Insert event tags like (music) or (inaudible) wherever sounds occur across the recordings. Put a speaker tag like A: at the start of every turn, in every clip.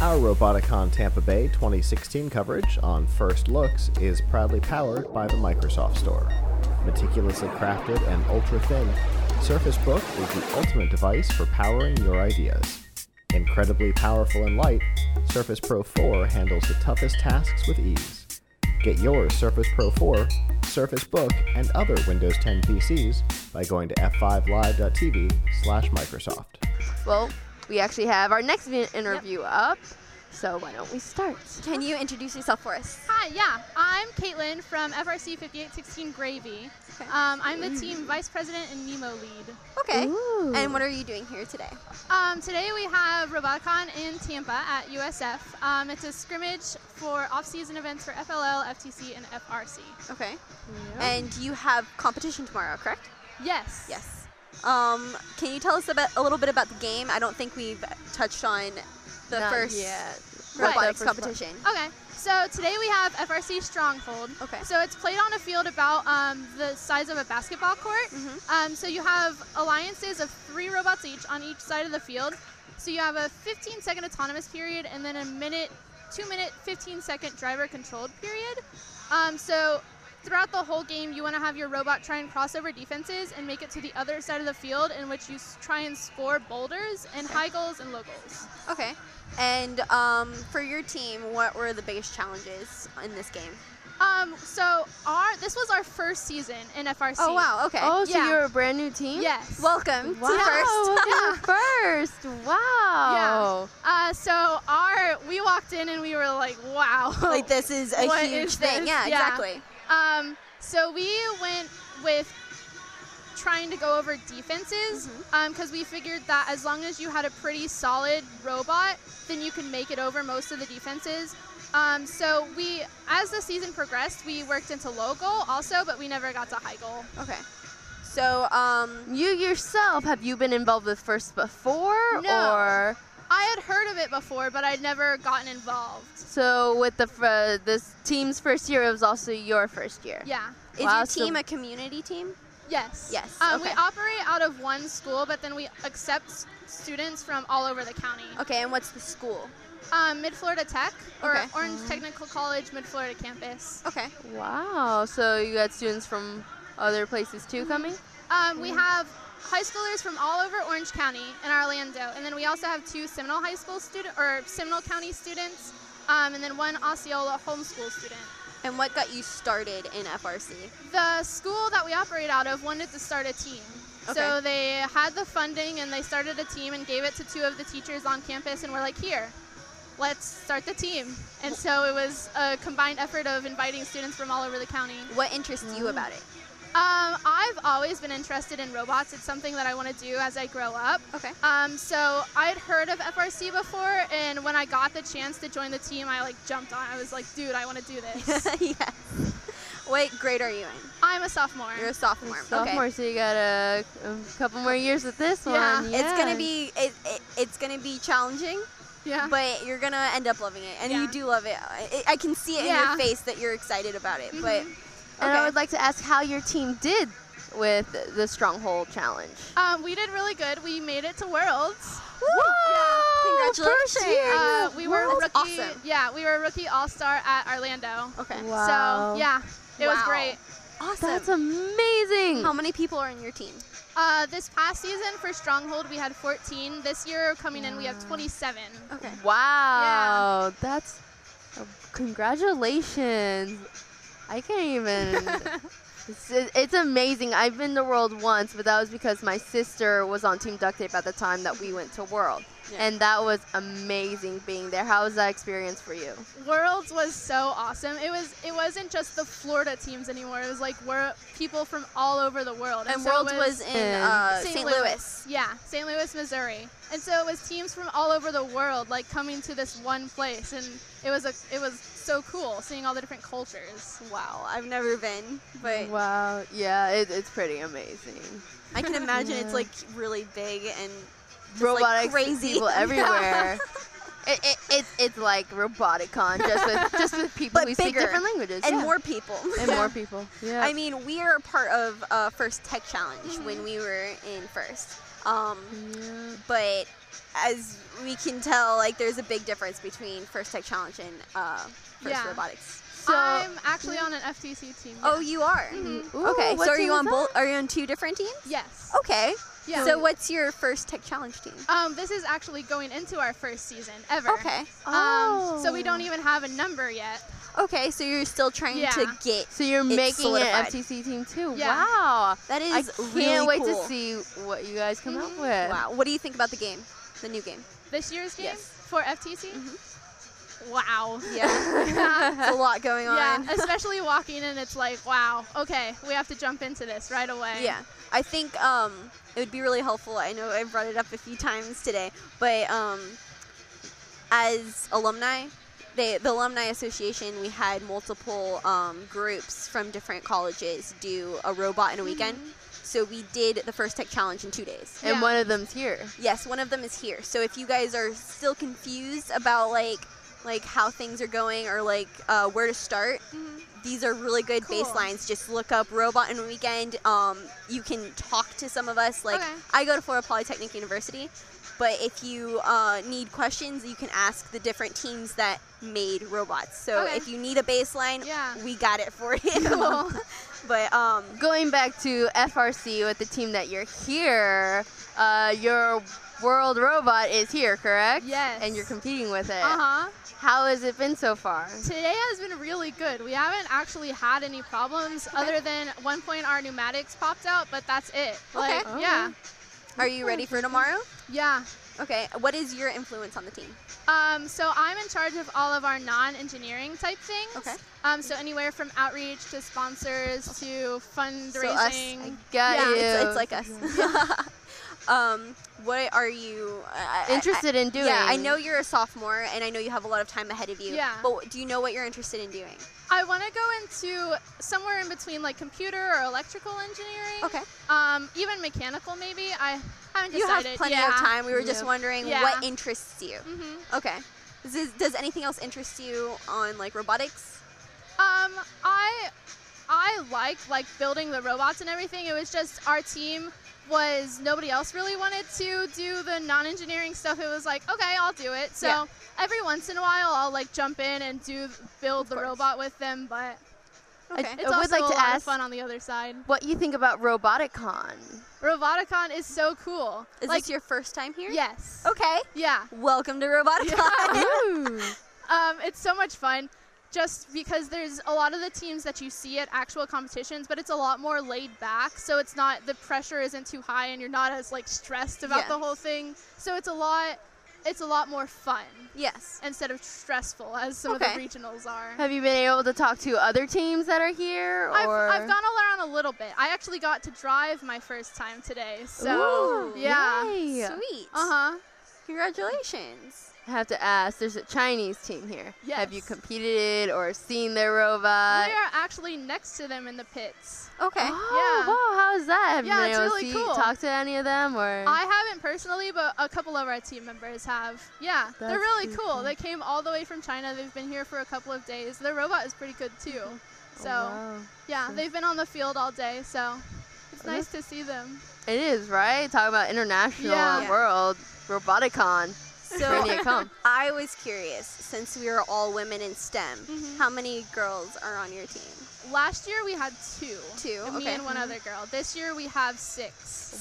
A: Roboticon Tampa Bay 2016 coverage on First Looks is proudly powered by the Microsoft Store. Meticulously crafted and ultra thin, Surface Book is the ultimate device for powering your ideas. Incredibly powerful and light, Surface Pro 4 handles the toughest tasks with ease. Get your Surface Pro 4, Surface Book, and other Windows 10 PCs by going to f5live.tv slash Microsoft.
B: Well, we actually have our next vi- interview up, so why don't we start?
C: Can you introduce yourself for us?
D: Hi, yeah, I'm Caitlin from FRC 5816 Gravy. Um, I'm the team vice president and Nemo lead.
C: Okay.
B: Ooh.
C: And what are you doing here today?
D: Um, today we have Roboticon in Tampa at USF. Um, it's a scrimmage for off-season events for FLL, FTC, and FRC.
C: Okay. And you have competition tomorrow, correct?
D: Yes.
C: Yes. Um, can you tell us about a little bit about the game? I don't think we've touched on the
B: Not
C: first
B: yet.
C: robotics
B: Right, the first
C: competition.
D: Okay, so today we have FRC Stronghold.
C: Okay.
D: So it's played on a field about um, the size of a basketball court.
C: Mhm.
D: Um, so you have alliances of three robots each on each side of the field. So you have a 15 second autonomous period and then a minute, two minute, 15 second driver controlled period. Um, so throughout the whole game, you want to have your robot try and cross over defenses and make it to the other side of the field in which you s- try and score boulders and high goals and low goals.
C: Okay. And um, for your team, what were the biggest challenges in this game?
D: Um, so our this was our first season in FRC.
C: Oh wow. Okay.
B: Oh, so
D: Yeah.
B: you're a brand new team?
D: Yes.
C: Welcome
B: Wow.
C: to first.
B: welcome to first. Wow.
D: Uh, so our we walked in and we were like, wow.
C: (laughs) like this is a
D: What
C: huge
D: is
C: thing.
D: this?
C: Yeah,
D: Yeah.
C: Exactly.
D: (laughs) Um, so we went with trying to go over defenses because
C: Mm-hmm.
D: we figured that as long as you had a pretty solid robot, then you can make it over most of the defenses. Um, so we, as the season progressed, we worked into low goal also, but we never got to high goal.
C: Okay. So um,
B: You yourself, have you been involved with first before?
D: No.
B: Or
D: I had heard of it before, but I'd never gotten involved.
B: so with the fr- this team's first year, it was also your first year.
D: Yeah.
C: is
B: Wow,
C: your
B: so-
C: team a community team?
D: Yes.
C: Yes,
D: Um,
C: okay.
D: We operate out of one school, but then we accept s- students from all over the county.
C: Okay. And what's the school?
D: Um, Mid Florida Tech or
C: Okay.
D: Orange Technical College, Mid Florida campus.
C: Okay.
B: Wow. So you got students from other places
C: Mm-hmm.
B: too coming?
D: Um, we have high schoolers from all over Orange County and Orlando, and then we also have two Seminole High School student or Seminole County students, um, and then one Osceola homeschool student.
C: And what got you started in FRC?
D: The school that we operate out of wanted to start a team.
C: Okay.
D: So they had the funding and they started a team and gave it to two of the teachers on campus and were like, here, let's start the team. And so it was a combined effort of inviting students from all over the county.
C: What interests you about it?
D: Um, I've always been interested in robots. It's something that I want to do as I grow up.
C: Okay.
D: Um, so I'd heard of FRC before, and when I got the chance to join the team, I like jumped on. I was like, dude, I want to do
C: (laughs)
D: this.
C: yes. What grade are you in?
D: I'm a sophomore.
C: You're a sophomore.
B: Sophomore,
C: Okay.
B: so you got a, a couple more years with this
D: Yeah.
B: one.
C: It's gonna
B: Yeah.
C: be it, it, it's gonna be challenging,
D: yeah.
C: but you're gonna end up loving it, and you
D: Yeah.
C: do love it. I, I can see it
D: Yeah.
C: in your face that you're excited about it.
B: Mm-hmm. And
C: Okay.
B: I would like to ask how your team did with the Stronghold Challenge.
D: Um, we did really good. We made it to Worlds.
B: Whoa!
C: Congratulations.
B: First year.
D: Uh, we were
C: Wow. That's
D: rookie.
C: awesome.
D: Yeah, we were rookie all star at Orlando.
C: But okay,
B: Wow.
D: So yeah, it was
C: Wow.
D: great.
C: awesome.
B: That's amazing.
C: How many people are on your team?
D: Uh, this past season for Stronghold, we had 14. This year coming in, we have 27.
C: Okay.
B: Wow. That's uh, congratulations. I can't
C: (laughs)
B: even. it's, it's amazing. I've been to World once, but that was because my sister was on Team Duct Tape at the time that we went to World.
C: Yeah.
B: And that was amazing being there. How was that experience for you?
D: Worlds was so awesome. It was it wasn't just the Florida teams anymore. It was like we're people from all over the world.
C: And
D: so
C: Worlds
D: it
C: was in
B: in
C: uh, St. Louis.
D: Yeah, St. Louis, Missouri. And so it was teams from all over the world like coming to this one place and it was a it was so cool seeing all the different cultures.
C: Wow, I've never been, but
B: Wow. Yeah, it, it's pretty amazing.
C: I
B: (laughs)
C: can imagine
B: Yeah.
C: it's like really big and just, like,
B: Robotics
C: crazy.
B: people
C: (laughs) Yeah.
B: everywhere. It, it, it's it's like Roboticon, just with (laughs) just with people
C: But
B: who speak
C: bigger
B: different languages
C: and
B: yeah.
C: more people.
B: and
C: (laughs)
B: more people. Yeah.
C: I mean, we are a part of uh, First Tech Challenge when we were in First. Um,
B: Yeah.
C: but as we can tell, like there's a big difference between First Tech Challenge and uh, First
D: Yeah.
C: Robotics.
B: So,
D: I'm actually on an FTC team.
C: Oh,
D: yes.
C: you are.
B: Mm-hmm. Ooh,
C: okay,
B: what
C: so are
B: team
C: you
B: is
C: on
B: that?
C: both? Are you on two different teams?
D: yes.
C: Okay.
D: Yeah.
C: So what's your First Tech Challenge team?
D: Um, this is actually going into our first season ever.
C: Okay.
D: Um, So we don't
B: Oh.
D: even have a number yet.
C: Okay, so you're still trying to
D: Yeah.
C: get.
B: So you're
C: It's
B: making
C: solidified.
B: an FTC team too.
D: Yeah.
B: Wow.
C: That is
B: I can't
C: really
B: wait
C: cool.
B: to see what you guys come up
D: Mhm.
B: with.
C: Wow. What do you think about the game? The new game.
D: This year's game
C: Yes.
D: for FTC. Wow.
C: Yeah. There's a lot going on.
D: Yeah, especially walking in, it's like, wow, okay, we have to jump into this right away.
C: Yeah, I think um, it would be really helpful. I know I've brought it up a few times today, but um, as alumni, they, the alumni association, we had multiple um, groups from different colleges do a robot in a weekend. So we did the first tech challenge in two days.
B: And
D: Yeah.
B: one of them's here.
C: Yes, one of them is here. So if you guys are still confused about like like how things are going or like uh, where to start, these are really good
D: Mm-hmm. Cool.
C: baselines. Just look up Robot and Weekend. Um, you can talk to some of us. Like
D: Okay.
C: I go to Florida Polytechnic University, but if you uh, need questions, you can ask the different teams that made robots. So
D: Okay.
C: if you need a baseline,
D: Yeah.
C: we got it for you.
D: Cool.
C: (laughs) but um,
B: Going back to FRC with the team that you're here, uh, your world robot is here, correct?
D: Yes.
B: And you're competing with it.
D: Uh huh.
B: How has it been so far?
D: Today has been really good. We haven't actually had any problems other than one point our pneumatics popped out, but that's it. Like,
C: Oh.
B: Okay.
D: yeah,
C: are you ready for tomorrow?
D: yeah.
C: Okay. What is your influence on the team?
D: Um, so I'm in charge of all of our non-engineering type things.
C: Okay.
D: Um, so anywhere from outreach to sponsors to fundraising.
B: I got
D: Yeah,
B: you.
C: It's, it's like us. (laughs) um, what are you uh,
B: Interested in doing?
C: Yeah, I know you're a sophomore, and I know you have a lot of time ahead of you.
D: Yeah.
C: But do you know what you're interested in doing?
D: I want to go into somewhere in between like computer or electrical engineering.
C: Okay.
D: Um, even mechanical maybe. I haven't
C: You have
D: decided.
C: plenty
D: yeah.
C: of time. We were just
B: Yeah.
C: wondering
D: Yeah.
C: what interests you.
D: hmm
C: Okay. Does, this- does anything else interest you on like robotics?
D: Um, I I liked like building the robots and everything. It was just our team was nobody else really wanted to do the non-engineering stuff. It was like, okay, I'll do it. So
C: Yeah.
D: every once in a while, I'll like jump in and do build
C: Of
D: the
C: course.
D: robot with them. But
B: I-
C: Okay.
D: it's
B: would
D: also
B: like to
D: a lot of
B: ask-
D: fun on the other side.
B: What you think about Roboticon?
D: Roboticon is so cool.
C: Is
D: like,
C: this your Oh. first time here?
D: yes.
C: Okay.
D: Yeah.
C: Welcome to Roboticon.
B: Ooh.
D: Um, it's so much fun just because there's a lot of the teams that you see at actual competitions, but it's a lot more laid back. So it's not, the pressure isn't too high and you're not as like stressed about
C: Yeah.
D: the whole thing. So it's a lot, it's a lot more fun
C: yes.
D: instead of stressful as some of
C: Okay.
D: the regionals are.
B: Have you been able to talk to other teams that are here?
D: I've,
B: or
D: I've gone around a little bit. I actually got to drive my first time today. So,
B: Ooh,
D: yeah.
B: yay.
C: Sweet.
D: Uh huh.
C: Congratulations.
B: I have to ask. There's a Chinese team here. Have you
D: Yes.
B: competed or seen their robot?
D: we are actually next to them in the pits.
C: Okay.
B: Oh,
D: Yeah.
B: wow! How's that? Have
D: Yeah,
B: you been
D: it's
B: able to
D: really
B: see-
D: cool.
B: talk to any of them or?
D: I haven't personally, but a couple of our team members have. Yeah,
B: That's
D: they're really
B: pretty
D: cool.
B: cool.
D: They came all the way from China. They've been here for a couple of days. Their robot is pretty good too.
B: Oh,
D: So
B: wow.
D: yeah,
B: Sure.
D: they've been on the field all day. So it's
B: Oh,
D: nice to see them.
B: it is right. Talk about international
D: Yeah.
B: and world Roboticon.
C: So
B: When you
D: (laughs)
B: come.
C: I was curious, since we are all women in STEM,
D: Mhm.
C: how many girls are on your team?
D: Last year we had two.
C: Two,
D: Me
C: okay.
D: and one other girl. This year we have six.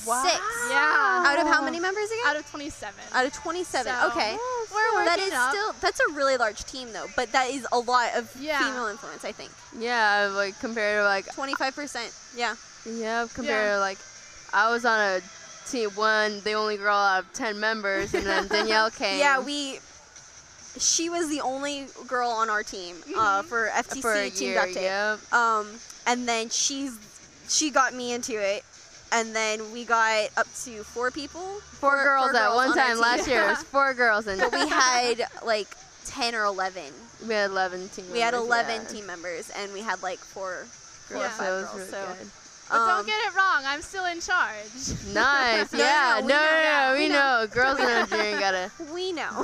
B: Wow.
C: Six.
D: Yeah.
C: Out of how many members again?
D: Out of 27.
C: Out of 27.
D: So-
C: okay.
D: We're
C: That
D: working
C: is
D: up.
C: still that's a really large team though, but that is a lot of
D: Yeah.
C: female influence, I think.
B: Yeah, like compared to like
C: 25%. Yeah.
B: yeah, compared to like I was on a team one, the only girl out of ten members, and
D: (laughs)
B: then Danielle came.
C: Yeah, we she was the only girl on our team uh,
D: Mm-hmm.
C: for FTC
B: for a
C: Team
B: year.
C: Duct Tape.
B: Yep.
C: Um and then she's she got me into it. And then we got up to four people.
B: Four, girls at one
C: on our
B: time
C: team.
B: last year. It was four girls and
C: (laughs) but we had like 10 or 11
B: (laughs) we had eleven team.
C: we had
B: members,
C: 11
B: yeah.
C: team members and we had like four four or
D: Yeah.
C: five
B: So it was
C: girls
B: really
C: so
B: good.
D: But
C: um,
D: don't get it wrong. I'm still in charge.
B: Nice.
C: (laughs) No, no,
B: yeah.
C: no,
B: No, no, no. (laughs)
C: we know. (laughs) We
B: We know. Girls in engineering gotta.
C: we know (laughs)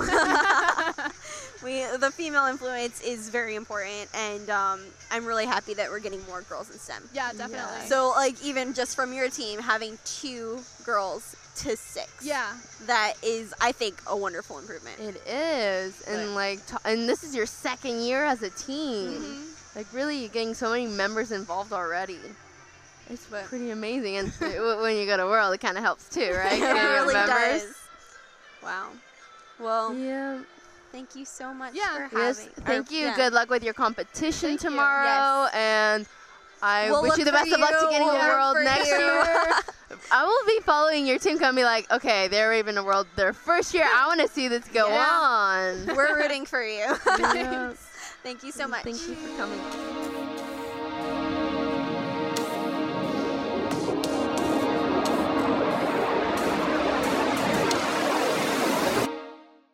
C: we the female influence is very important, and um, I'm really happy that we're getting more girls in STEM.
D: Yeah, definitely.
B: Yeah.
C: So like even just from your team having two girls to six.
D: yeah,
C: That is, I think, a wonderful improvement.
B: It is, and like, t- and this is your second year as a team.
C: Mm-hmm.
D: Mhm.
B: Like, really, you're getting so many members involved already. It's
C: But-
B: pretty amazing, and (laughs) w- when you go to World, it kind of helps too, right?
C: (laughs) it
B: Getting
C: really
B: members.
C: does. Wow. Well,
B: Yeah.
C: thank you so much
D: Yeah.
C: for
B: Yes.
C: having. or,
B: Thank you.
C: yeah.
B: Good luck with your competition
D: Thank you.
B: tomorrow,
C: Yes.
B: and I
C: We'll
B: wish you the
C: look
B: best
C: for
B: of luck to
C: you.
B: getting
C: We'll
B: the
C: look
B: world
C: for
B: next
C: you. (laughs)
B: year. I will be following your team. Come be like, okay, they're even a world their first year. I want to see this go
D: Yeah.
B: on. (laughs)
C: We're rooting for you.
B: Yeah.
C: Thank you so much.
B: Thank you for coming.